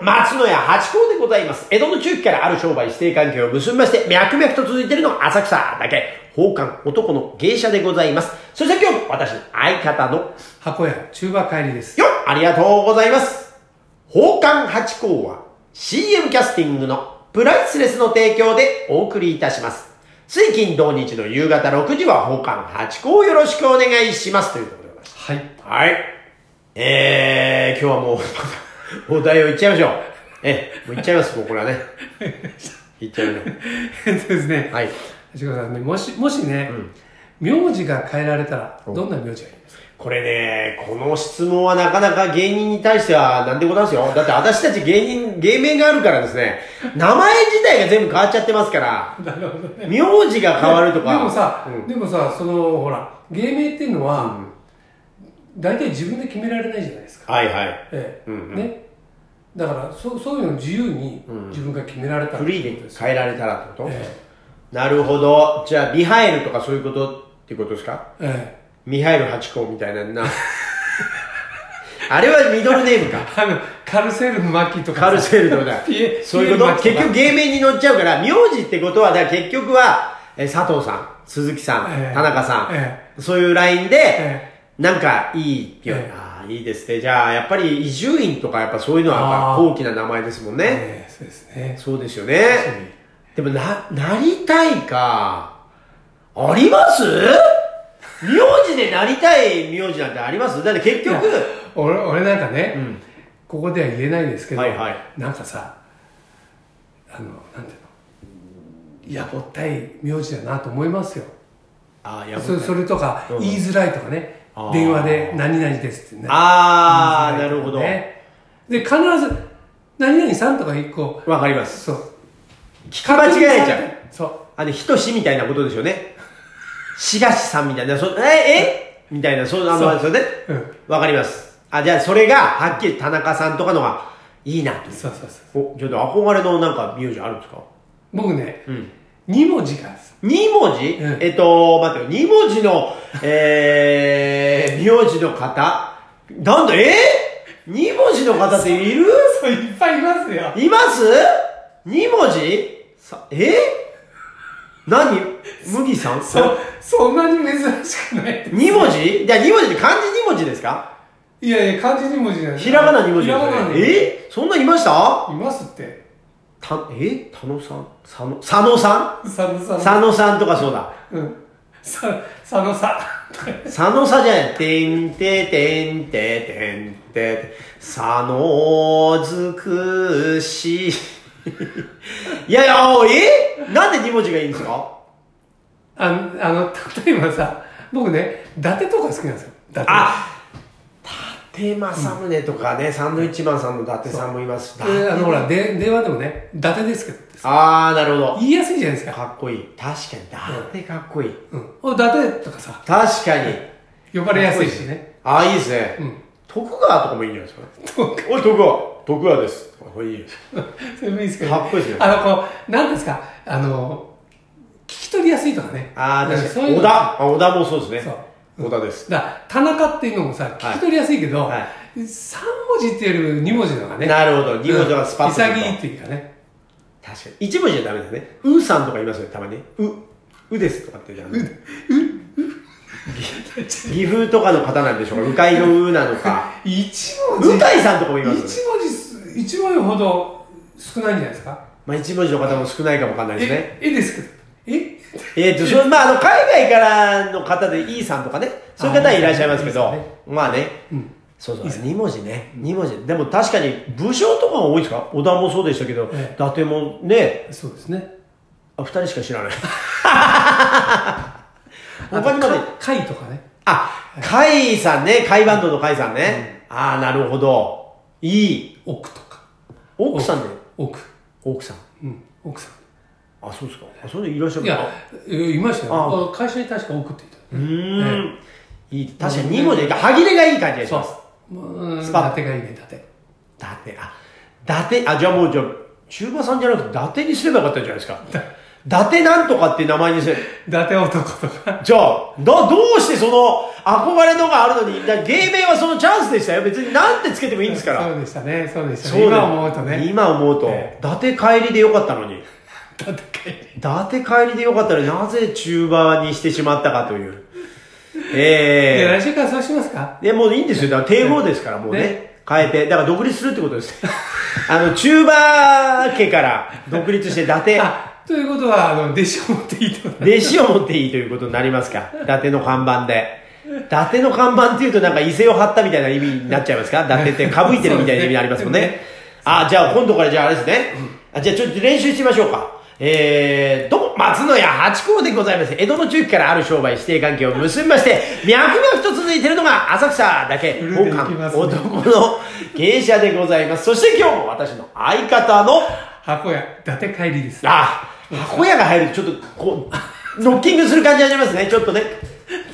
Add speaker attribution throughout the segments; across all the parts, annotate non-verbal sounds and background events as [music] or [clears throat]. Speaker 1: 松野屋八甲でございます。江戸の中期からある商売指定関係を結びまして、脈々と続いているのは浅草だけ、宝冠男の芸者でございます。そして今日も私の相方の、
Speaker 2: 箱屋中馬帰りです
Speaker 1: よっありがとうございます。宝冠八甲は CM キャスティングのプライスレスの提供でお送りいたします。水金土日の夕方6時は宝冠八甲をよろしくお願いします。ということでございます。
Speaker 2: はい
Speaker 1: はい。えー、今日はもう [laughs] 、お題を言っちゃいましょう。ええ、もう言っちゃいます、もうこれはね。言っちゃいましょ
Speaker 2: えっと [laughs] ですね
Speaker 1: う。はい。
Speaker 2: 橋川さんねもしもしね、名字が変えられたらどんな名字がいいですか
Speaker 1: これね、この質問はなかなか芸人に対してはなんでございますよ。だって私たち芸人、芸名があるからですね、名前自体が全部変わっちゃってますから、
Speaker 2: なるほどね
Speaker 1: 名字が変わるとか。
Speaker 2: でもさ、
Speaker 1: うん
Speaker 2: でもさそのほら芸名っていうのは、大体自分で決められないじゃないですか、
Speaker 1: はいはい。
Speaker 2: え
Speaker 1: う
Speaker 2: え
Speaker 1: んうん
Speaker 2: ねだからそそういうの自由に自分が決められたら
Speaker 1: フリーで変えられたらってこと、
Speaker 2: え
Speaker 1: なるほど。じゃあ、ミハエルとかそういうことってことですか
Speaker 2: ええ
Speaker 1: ミハエル八甲みたいな [laughs] な。あれはミドルネームか。
Speaker 2: あのカルセル巻とかさ
Speaker 1: カルセルのだ
Speaker 2: [laughs] ピエ。
Speaker 1: そういうこ
Speaker 2: ピエ
Speaker 1: と
Speaker 2: 巻と
Speaker 1: 結
Speaker 2: か
Speaker 1: 局芸名に乗っちゃうから、名字ってことは、だから結局は、えー佐藤さん、鈴木さん、
Speaker 2: ええ
Speaker 1: 田中さん、
Speaker 2: え
Speaker 1: そういうラインで、
Speaker 2: え
Speaker 1: なんかいいよ、
Speaker 2: ええ
Speaker 1: ああ、いいですね。じゃあ、やっぱり伊集院とかやっぱそういうのはやっぱ
Speaker 2: ああ
Speaker 1: 高貴な名前ですもんね。
Speaker 2: ええそうですね
Speaker 1: そうですよね。でもな、なりたいか。あります名字でなりたい名字なんてありますだって結局、
Speaker 2: 俺俺なんかね、ここでは言えないですけど、
Speaker 1: はいはい
Speaker 2: なんかさあのなんていうのやぼったい名字だなと思いますよ
Speaker 1: ああ、や
Speaker 2: そそれとか、
Speaker 1: うん
Speaker 2: 言いづらいとかね
Speaker 1: あー
Speaker 2: 電話で「何々です」ってね
Speaker 1: ああ、なるほど。わ、
Speaker 2: ねで必ず「何々さん」とか一個
Speaker 1: かります。
Speaker 2: そう
Speaker 1: 聞き間違えちゃう。
Speaker 2: そ
Speaker 1: あの、ひとしみたいなことですよね。しがしさんみたいな、そえ、えみたいな、そう、あの、そ
Speaker 2: そう
Speaker 1: れね。
Speaker 2: うん
Speaker 1: わかります。あ、じゃあそれが、はっきり田中さんとかのがいいなと
Speaker 2: う。そうそうそう
Speaker 1: お、ちょっと憧れのなんか名字あるんですか
Speaker 2: 僕ね、
Speaker 1: ん
Speaker 2: 二文字が
Speaker 1: 二文字、
Speaker 2: うん
Speaker 1: えっと、待ってよ、二文字
Speaker 2: [laughs]
Speaker 1: の、えー、名字の方なんだ、えー、二文字の方っている
Speaker 2: そういっぱいいますよ
Speaker 1: います二文字さえー、何麦さん
Speaker 2: そそんなに珍しくない
Speaker 1: 二文字じゃあ二文字って漢字二文字ですか
Speaker 2: いやいや、漢字2文字じゃない
Speaker 1: ひらがな二文字
Speaker 2: ひ
Speaker 1: で
Speaker 2: ら
Speaker 1: す
Speaker 2: が
Speaker 1: よ
Speaker 2: な
Speaker 1: ね。えー、そんなんいました
Speaker 2: ーいますって。
Speaker 1: た、えー、田野さん佐野、佐野さ
Speaker 2: さのさ
Speaker 1: ん佐野さんとかそうだ。
Speaker 2: うん。さ、さのさ。 [laughs]
Speaker 1: 佐野さじゃない。てんててんててんて。佐野づくし。 [laughs] いやいや、おいえなんで二文字がいいんですか
Speaker 2: あの、あの、例えばさ、僕ね、伊達とか好きなんですよ。伊達。
Speaker 1: あ伊達政宗とかね、サンドイッチマンさんの伊達さんもいますし。
Speaker 2: えーあの、ほら、で、電話でもね、伊達ですけどって
Speaker 1: あー、なるほど。
Speaker 2: 言いやすいじゃないですか。
Speaker 1: かっこいい。確かに、伊達かっこいい。
Speaker 2: うん。お、伊達とかさ、
Speaker 1: 確かに。
Speaker 2: 呼ばれやすいしね。 [laughs]
Speaker 1: あー、いいですね。
Speaker 2: うん
Speaker 1: 徳川とかもいいんじゃないですか。
Speaker 2: とか、 [laughs]
Speaker 1: おい、徳川。徳川です。これいいです。
Speaker 2: それもいいですけど。
Speaker 1: かっこいいですよ
Speaker 2: あの、こう、なんですか、あの、聞き取りやすいとかね。
Speaker 1: あー、
Speaker 2: なん
Speaker 1: 確
Speaker 2: そ
Speaker 1: か
Speaker 2: う
Speaker 1: に。
Speaker 2: いう
Speaker 1: 小
Speaker 2: の
Speaker 1: 田。あ、小田もそうです
Speaker 2: そ
Speaker 1: ね
Speaker 2: う。
Speaker 1: 小田です。
Speaker 2: だから田中っていうのもさ聞き取りやすいけど、
Speaker 1: はいは
Speaker 2: 3文字っていうより2文字のがね
Speaker 1: なるほど。二文字はスパッとくると。
Speaker 2: 潔いっていうかね
Speaker 1: 確かに。一文字じゃダメですね。うさんとかいますよね、たまに。う、うですとかって言うじゃん。う、 [laughs] 岐阜とかの方なんでしょうか。うかいのうなの [laughs] か。
Speaker 2: 一文字
Speaker 1: うかいさんとかもい
Speaker 2: 一
Speaker 1: ま
Speaker 2: 文
Speaker 1: すよね。
Speaker 2: 字す一文字ほど少ないんじゃないですか
Speaker 1: まあ一文字の方も少ないかもわかんないですね。
Speaker 2: ええですけどえ
Speaker 1: えっと、それまあ、あの、海外からの方で、イーさんとかね、そういう方いらっしゃいますけど、
Speaker 2: あーいいです
Speaker 1: まあね、そうそう、2文字ね、2文字。でも確かに、武将とかが多いですか小田もそうでしたけど、
Speaker 2: ええ
Speaker 1: 伊達もね、
Speaker 2: そうですね
Speaker 1: あ、2人しか知らない。
Speaker 2: [laughs] あ
Speaker 1: 他にまで
Speaker 2: とか貝とかね
Speaker 1: あ、カイさんね、カイバンドのカイさんね。ああ、なるほど。いい。
Speaker 2: 奥とか
Speaker 1: 奥さんね。
Speaker 2: 奥
Speaker 1: 奥さん。
Speaker 2: うん奥さ
Speaker 1: あ、そうですか。あ、それでいらっしゃ
Speaker 2: ん
Speaker 1: る
Speaker 2: い
Speaker 1: の
Speaker 2: や
Speaker 1: か
Speaker 2: えいました
Speaker 1: あ
Speaker 2: よ会社に確か奥って
Speaker 1: うー
Speaker 2: 言った
Speaker 1: ん。いい。確かに2文字が、歯切れがいい感じがします。
Speaker 2: そううん伊
Speaker 1: ス
Speaker 2: 達
Speaker 1: パッ
Speaker 2: がいいね伊達
Speaker 1: だて、あ、だて、あ、じゃあもう、じゃあ、中馬さんじゃなくて、伊達にすればよかったじゃないですか。伊達なんとかっていう名前にして、
Speaker 2: 伊達男とか。
Speaker 1: じゃあ、だ、どうしてその憧れのがあるのに、だ芸名はそのチャンスでしたよ。別になんてつけてもいいんですから。
Speaker 2: そうでしたね、そうでした
Speaker 1: そう
Speaker 2: ね。
Speaker 1: だよ
Speaker 2: 今思うとね。
Speaker 1: 今思うと、
Speaker 2: え
Speaker 1: 伊達帰りでよかったのに。伊
Speaker 2: 伊達帰り
Speaker 1: 達帰りでよかったのになぜ中盤にしてしまったかという。
Speaker 2: いや
Speaker 1: え
Speaker 2: 来週からそうしますか
Speaker 1: えいや、もういいんですよ。だから帝王ですから、もうね
Speaker 2: ね。
Speaker 1: 変えて。だから独立するってことです。あの、中馬家から独立して伊達。
Speaker 2: あ、ということは、あの、弟子を持っていいと。
Speaker 1: 弟子を持っていいということになりますか伊達の看板で。伊達の看板っていうとなんか伊勢を張ったみたいな意味になっちゃいますか伊達ってかぶいてるみたいな意味ありますもんね。
Speaker 2: そうですね
Speaker 1: あ、じゃあ今度からじゃああれですね。あじゃあちょっと練習してみましょうか。えー、どうも、松野屋八甲でございます。江戸の中期からある商売指定関係を結びまして、脈々と続いているのが浅草だけ、
Speaker 2: フルでい
Speaker 1: 王
Speaker 2: きますね
Speaker 1: 冠男の芸者でございます。そして今日も私の相方の
Speaker 2: 箱屋、伊達帰りです。
Speaker 1: ああ、箱屋が入るとちょっとこう、ノッキングする感じありますね、ちょっとね。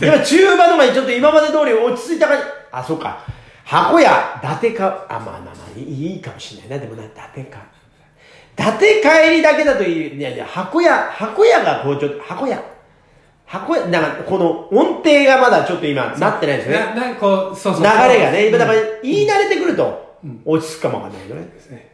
Speaker 1: 今、中盤の前にちょっと今まで通り落ち着いた感じ。あ、そうか。箱屋、伊達か、あ、まあまあまあ、いいいいかもしれないな、でもな、伊達か。伊達帰りだけだという、いやいや、箱屋、箱屋がこうちょっと、箱屋。箱屋、なんかこの音程がまだちょっと今、なってないですね。
Speaker 2: な、な、こう、そうそう。
Speaker 1: 流れがね、今だから
Speaker 2: うん
Speaker 1: 言い慣れてくると、落ち着くかもわかんないけどね。
Speaker 2: ですね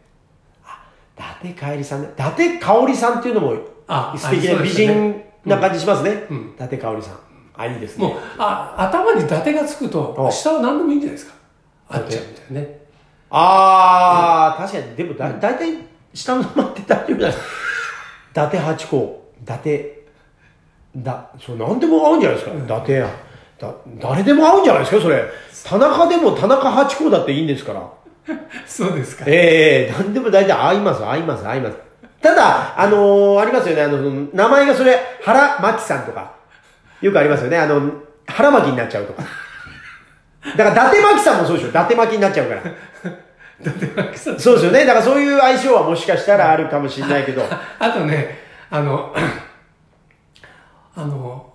Speaker 1: 伊達かえりさんね。伊達かおりさんっていうのも
Speaker 2: あ
Speaker 1: 素敵
Speaker 2: あ
Speaker 1: な
Speaker 2: そうで
Speaker 1: 美
Speaker 2: すね
Speaker 1: 人な感じしますね。
Speaker 2: うん
Speaker 1: 伊達かおりさん。あ、いいです
Speaker 2: もう
Speaker 1: ね。、
Speaker 2: あ、頭に伊達がつく
Speaker 1: お
Speaker 2: と、下は何でもいいんじゃないですか。あっちゃうみたいなね。
Speaker 1: あー、確かに、でもだ、大体、下の名前って大丈夫だ。伊達八甲、伊達、だ、そう、なんでも合うんじゃないですか。伊達や。だ、誰でも合うんじゃないですか、それ。田中でも田中八甲だっていいんですから。
Speaker 2: そうですか。 [laughs]
Speaker 1: ええなんでも大体合います、合います、合います。ただ、あのーありますよね、あの、その名前がそれ、原巻さんとか、よくありますよね、あの、腹巻になっちゃうとか。だから、伊達巻さんもそうでしょ、伊達巻になっちゃうから。
Speaker 2: 伊達がつく
Speaker 1: そうですよね、だからそういう相性はもしかしたらあるかもしれないけど。
Speaker 2: あとね、あの、あの、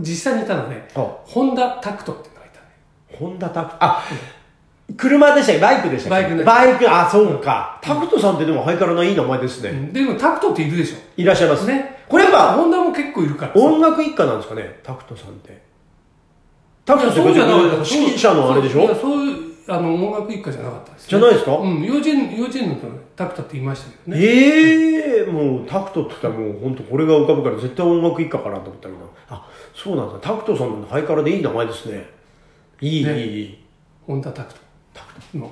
Speaker 2: 実際にいたのね、
Speaker 1: お
Speaker 2: ホンダタクトっていうのがいたね。
Speaker 1: 本田拓、あ、車でしたっけバイクでしたっけ
Speaker 2: バイクね
Speaker 1: バイク、あ、そうか。タクトさんってでもハイカラないい名前ですね。
Speaker 2: でもタクトっているでしょ。
Speaker 1: いらっしゃいます。
Speaker 2: ね。
Speaker 1: これやっぱ、
Speaker 2: ホンダも結構いるから。
Speaker 1: 音楽一家なんですかねタクトさんってタクトって
Speaker 2: そうじゃなかった。
Speaker 1: 指揮者のあれでし
Speaker 2: そういや
Speaker 1: ょ
Speaker 2: そういう、あの、音楽一家じゃなかったですね。
Speaker 1: じゃないですか、
Speaker 2: うん、幼稚園、幼稚園の頃タクトって言いましたけどね。
Speaker 1: ええもうタクトって言ったらもう本当これが浮かぶから絶対音楽一家かなと思ったけどあそうなんだタクトさんのハイカラでいい名前ですねいい、
Speaker 2: ね
Speaker 1: いいいい
Speaker 2: ホンダタクト。タクトの。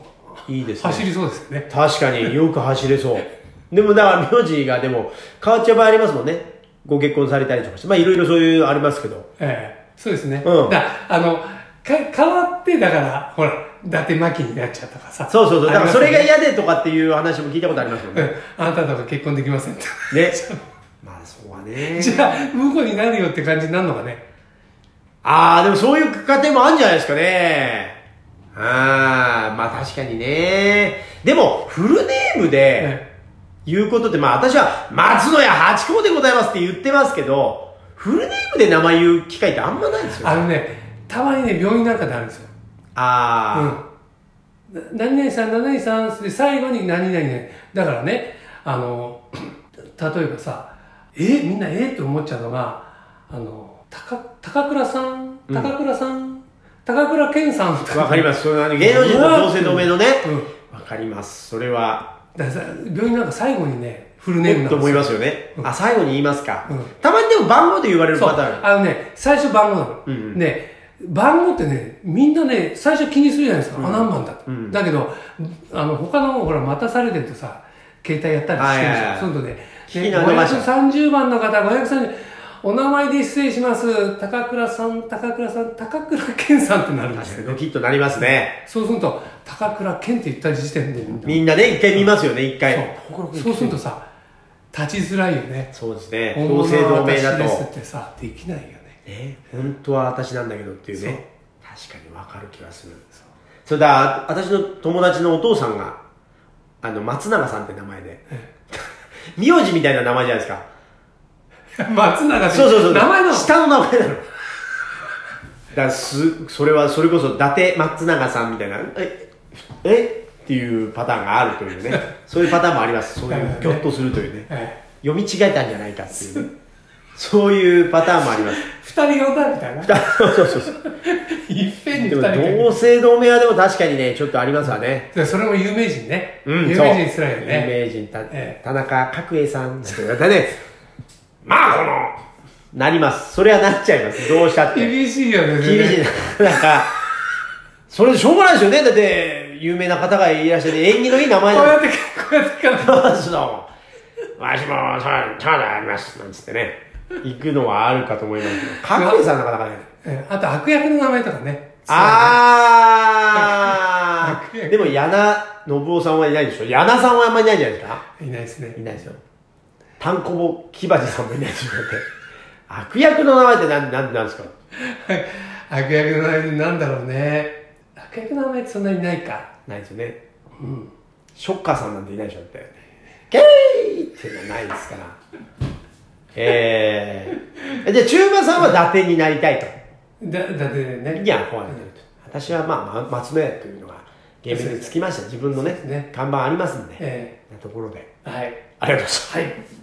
Speaker 1: いいですね
Speaker 2: 走りそうですよね。
Speaker 1: 確かによく走れそうでもだから名字がでも変わっちゃう場合ありますもんねご結婚されたりとかしてまあいろいろそういうありますけど
Speaker 2: ええそうですね。
Speaker 1: うん
Speaker 2: だあの、か、変わって、だから、ほら、伊達巻きになっちゃったからさ。
Speaker 1: そうそうそうだからそれが
Speaker 2: あり
Speaker 1: 嫌でとかっていう話も聞いたことありますもん
Speaker 2: ますよ
Speaker 1: ね
Speaker 2: ね、うんあなたとは結婚できませんと。
Speaker 1: ねまあそうはね
Speaker 2: [laughs] じゃあ、向こうになるよって感じになるのがね。
Speaker 1: ああ、でもそういう家庭もあるんじゃないですかね。ああ、まあ確かにね。でも、フルネームで
Speaker 2: え
Speaker 1: 言うことって、まあ私は松野屋八甲でございますって言ってますけど、フルネームで名前言う機会ってあんまないんですよ。
Speaker 2: あ
Speaker 1: あ
Speaker 2: のね、たまにね、病院なんかであるんですよ。う
Speaker 1: あ
Speaker 2: ん。な何々さん、何々さん、で、最後に何々ね。だからね、あの、 [clears throat] 例えばさ、えみんなえって思っちゃうのが、あの、高、高倉さん、高倉さん、高倉健さんと
Speaker 1: ー、わ、
Speaker 2: か
Speaker 1: かります。そのあの芸能人の同姓同名のね。
Speaker 2: う
Speaker 1: わかります。それは、
Speaker 2: だからさ病院なんか最後にねフルネーム
Speaker 1: ね、
Speaker 2: なん
Speaker 1: と
Speaker 2: です
Speaker 1: 思い
Speaker 2: よ
Speaker 1: ますよね。あ、最後に言いますか。
Speaker 2: うん
Speaker 1: たまにでも番号で言われる
Speaker 2: そ
Speaker 1: パ
Speaker 2: う
Speaker 1: ターンある。
Speaker 2: あのね最初番号なの、
Speaker 1: うんうん
Speaker 2: ね番号ってねみんなね最初気にするじゃないですか、あ何番だって、
Speaker 1: ん
Speaker 2: だけどあの他のほら待たされてるとさ携帯やったりしてる
Speaker 1: はいはいはい
Speaker 2: じゃんそうするとね
Speaker 1: 聞き
Speaker 2: ね
Speaker 1: ながら待つ
Speaker 2: 530番の方530お名前で失礼します高倉さん高倉さん高倉健さんってなるんです
Speaker 1: 確か
Speaker 2: よ
Speaker 1: にドキッとなりますね。
Speaker 2: そうすると高倉健って言った時点でみんな
Speaker 1: みんなね、一回見ますよね、一回。
Speaker 2: そうそうするとさ立ちづらいよね
Speaker 1: そうですね。
Speaker 2: 本
Speaker 1: 同
Speaker 2: 物
Speaker 1: 姓
Speaker 2: の
Speaker 1: 同名
Speaker 2: 私
Speaker 1: だと
Speaker 2: で。すってさできないよね
Speaker 1: ね、本当は私なんだけどっていうね。確かにわかる気がする。
Speaker 2: そう
Speaker 1: それだ、私の友達のお父さんが、あの、松永さんって名前で。 [laughs] 名字みたいな名前じゃないですか。
Speaker 2: [laughs] 松永って
Speaker 1: そうそうそう。
Speaker 2: 名前なの
Speaker 1: 下の名前なの。だからす、それは、それこそ、伊達松永さんみたいな、え、
Speaker 2: [laughs]
Speaker 1: えっていうパターンがあるというね。そういうパターンもあります。そういう、ぎょっとするというね。
Speaker 2: ええ
Speaker 1: 読み違えたんじゃないかっていうね、そういうパターンもあります。
Speaker 2: 二人用だみたいな。
Speaker 1: そうそうそう。
Speaker 2: いっぺん
Speaker 1: [laughs]
Speaker 2: に
Speaker 1: で
Speaker 2: 二
Speaker 1: も
Speaker 2: 人が
Speaker 1: 同姓同名はでも確かにね、ちょっとありますわね。
Speaker 2: でそれも有名人ね。
Speaker 1: うん、
Speaker 2: 有
Speaker 1: そう
Speaker 2: 名人つらいよね。
Speaker 1: 有名人、た
Speaker 2: え
Speaker 1: 田中角栄さんなんて言われたね。まあ、この、なります。それはなっちゃいます。どうしたって。
Speaker 2: 厳しいよね。全
Speaker 1: 厳
Speaker 2: 然
Speaker 1: しいな。なんか、それでしょうがないですよね。だって、有名な方がいらっしゃって、縁起のいい名前
Speaker 2: こ
Speaker 1: だ
Speaker 2: う
Speaker 1: もん
Speaker 2: やって、こうやって書く、
Speaker 1: そうですどうも。わしも、そう、そうであります。なんつってね。行くのはあるかと思いますけど。角栄さんなかなかね。
Speaker 2: えあと悪役の名前とかね。
Speaker 1: あ
Speaker 2: そうね
Speaker 1: ー。でも、柳信夫さんはいないでしょ。柳さんはあんまりいないじゃないですか。
Speaker 2: いないですね
Speaker 1: い。ないですよ。単行本、木鉢さんもいないでしょ。だって悪役の名前って何、何なんですか
Speaker 2: 悪役の名前ってなんだろうね。悪役の名前ってそんなにないか。
Speaker 1: ないですよね。ショッカーさんなんていないでしょだって。ゲイっていうのはないですから。えー。じゃあ、中馬さんは伊達になりたいと。
Speaker 2: だ、だってね。
Speaker 1: に憧れてると。私はまあ、ま松野屋というのが、ゲームにつきました。自分の
Speaker 2: そうですね
Speaker 1: ね、看板ありますんで。
Speaker 2: え
Speaker 1: なところで。
Speaker 2: えはい。
Speaker 1: ありがとうございました。
Speaker 2: はい。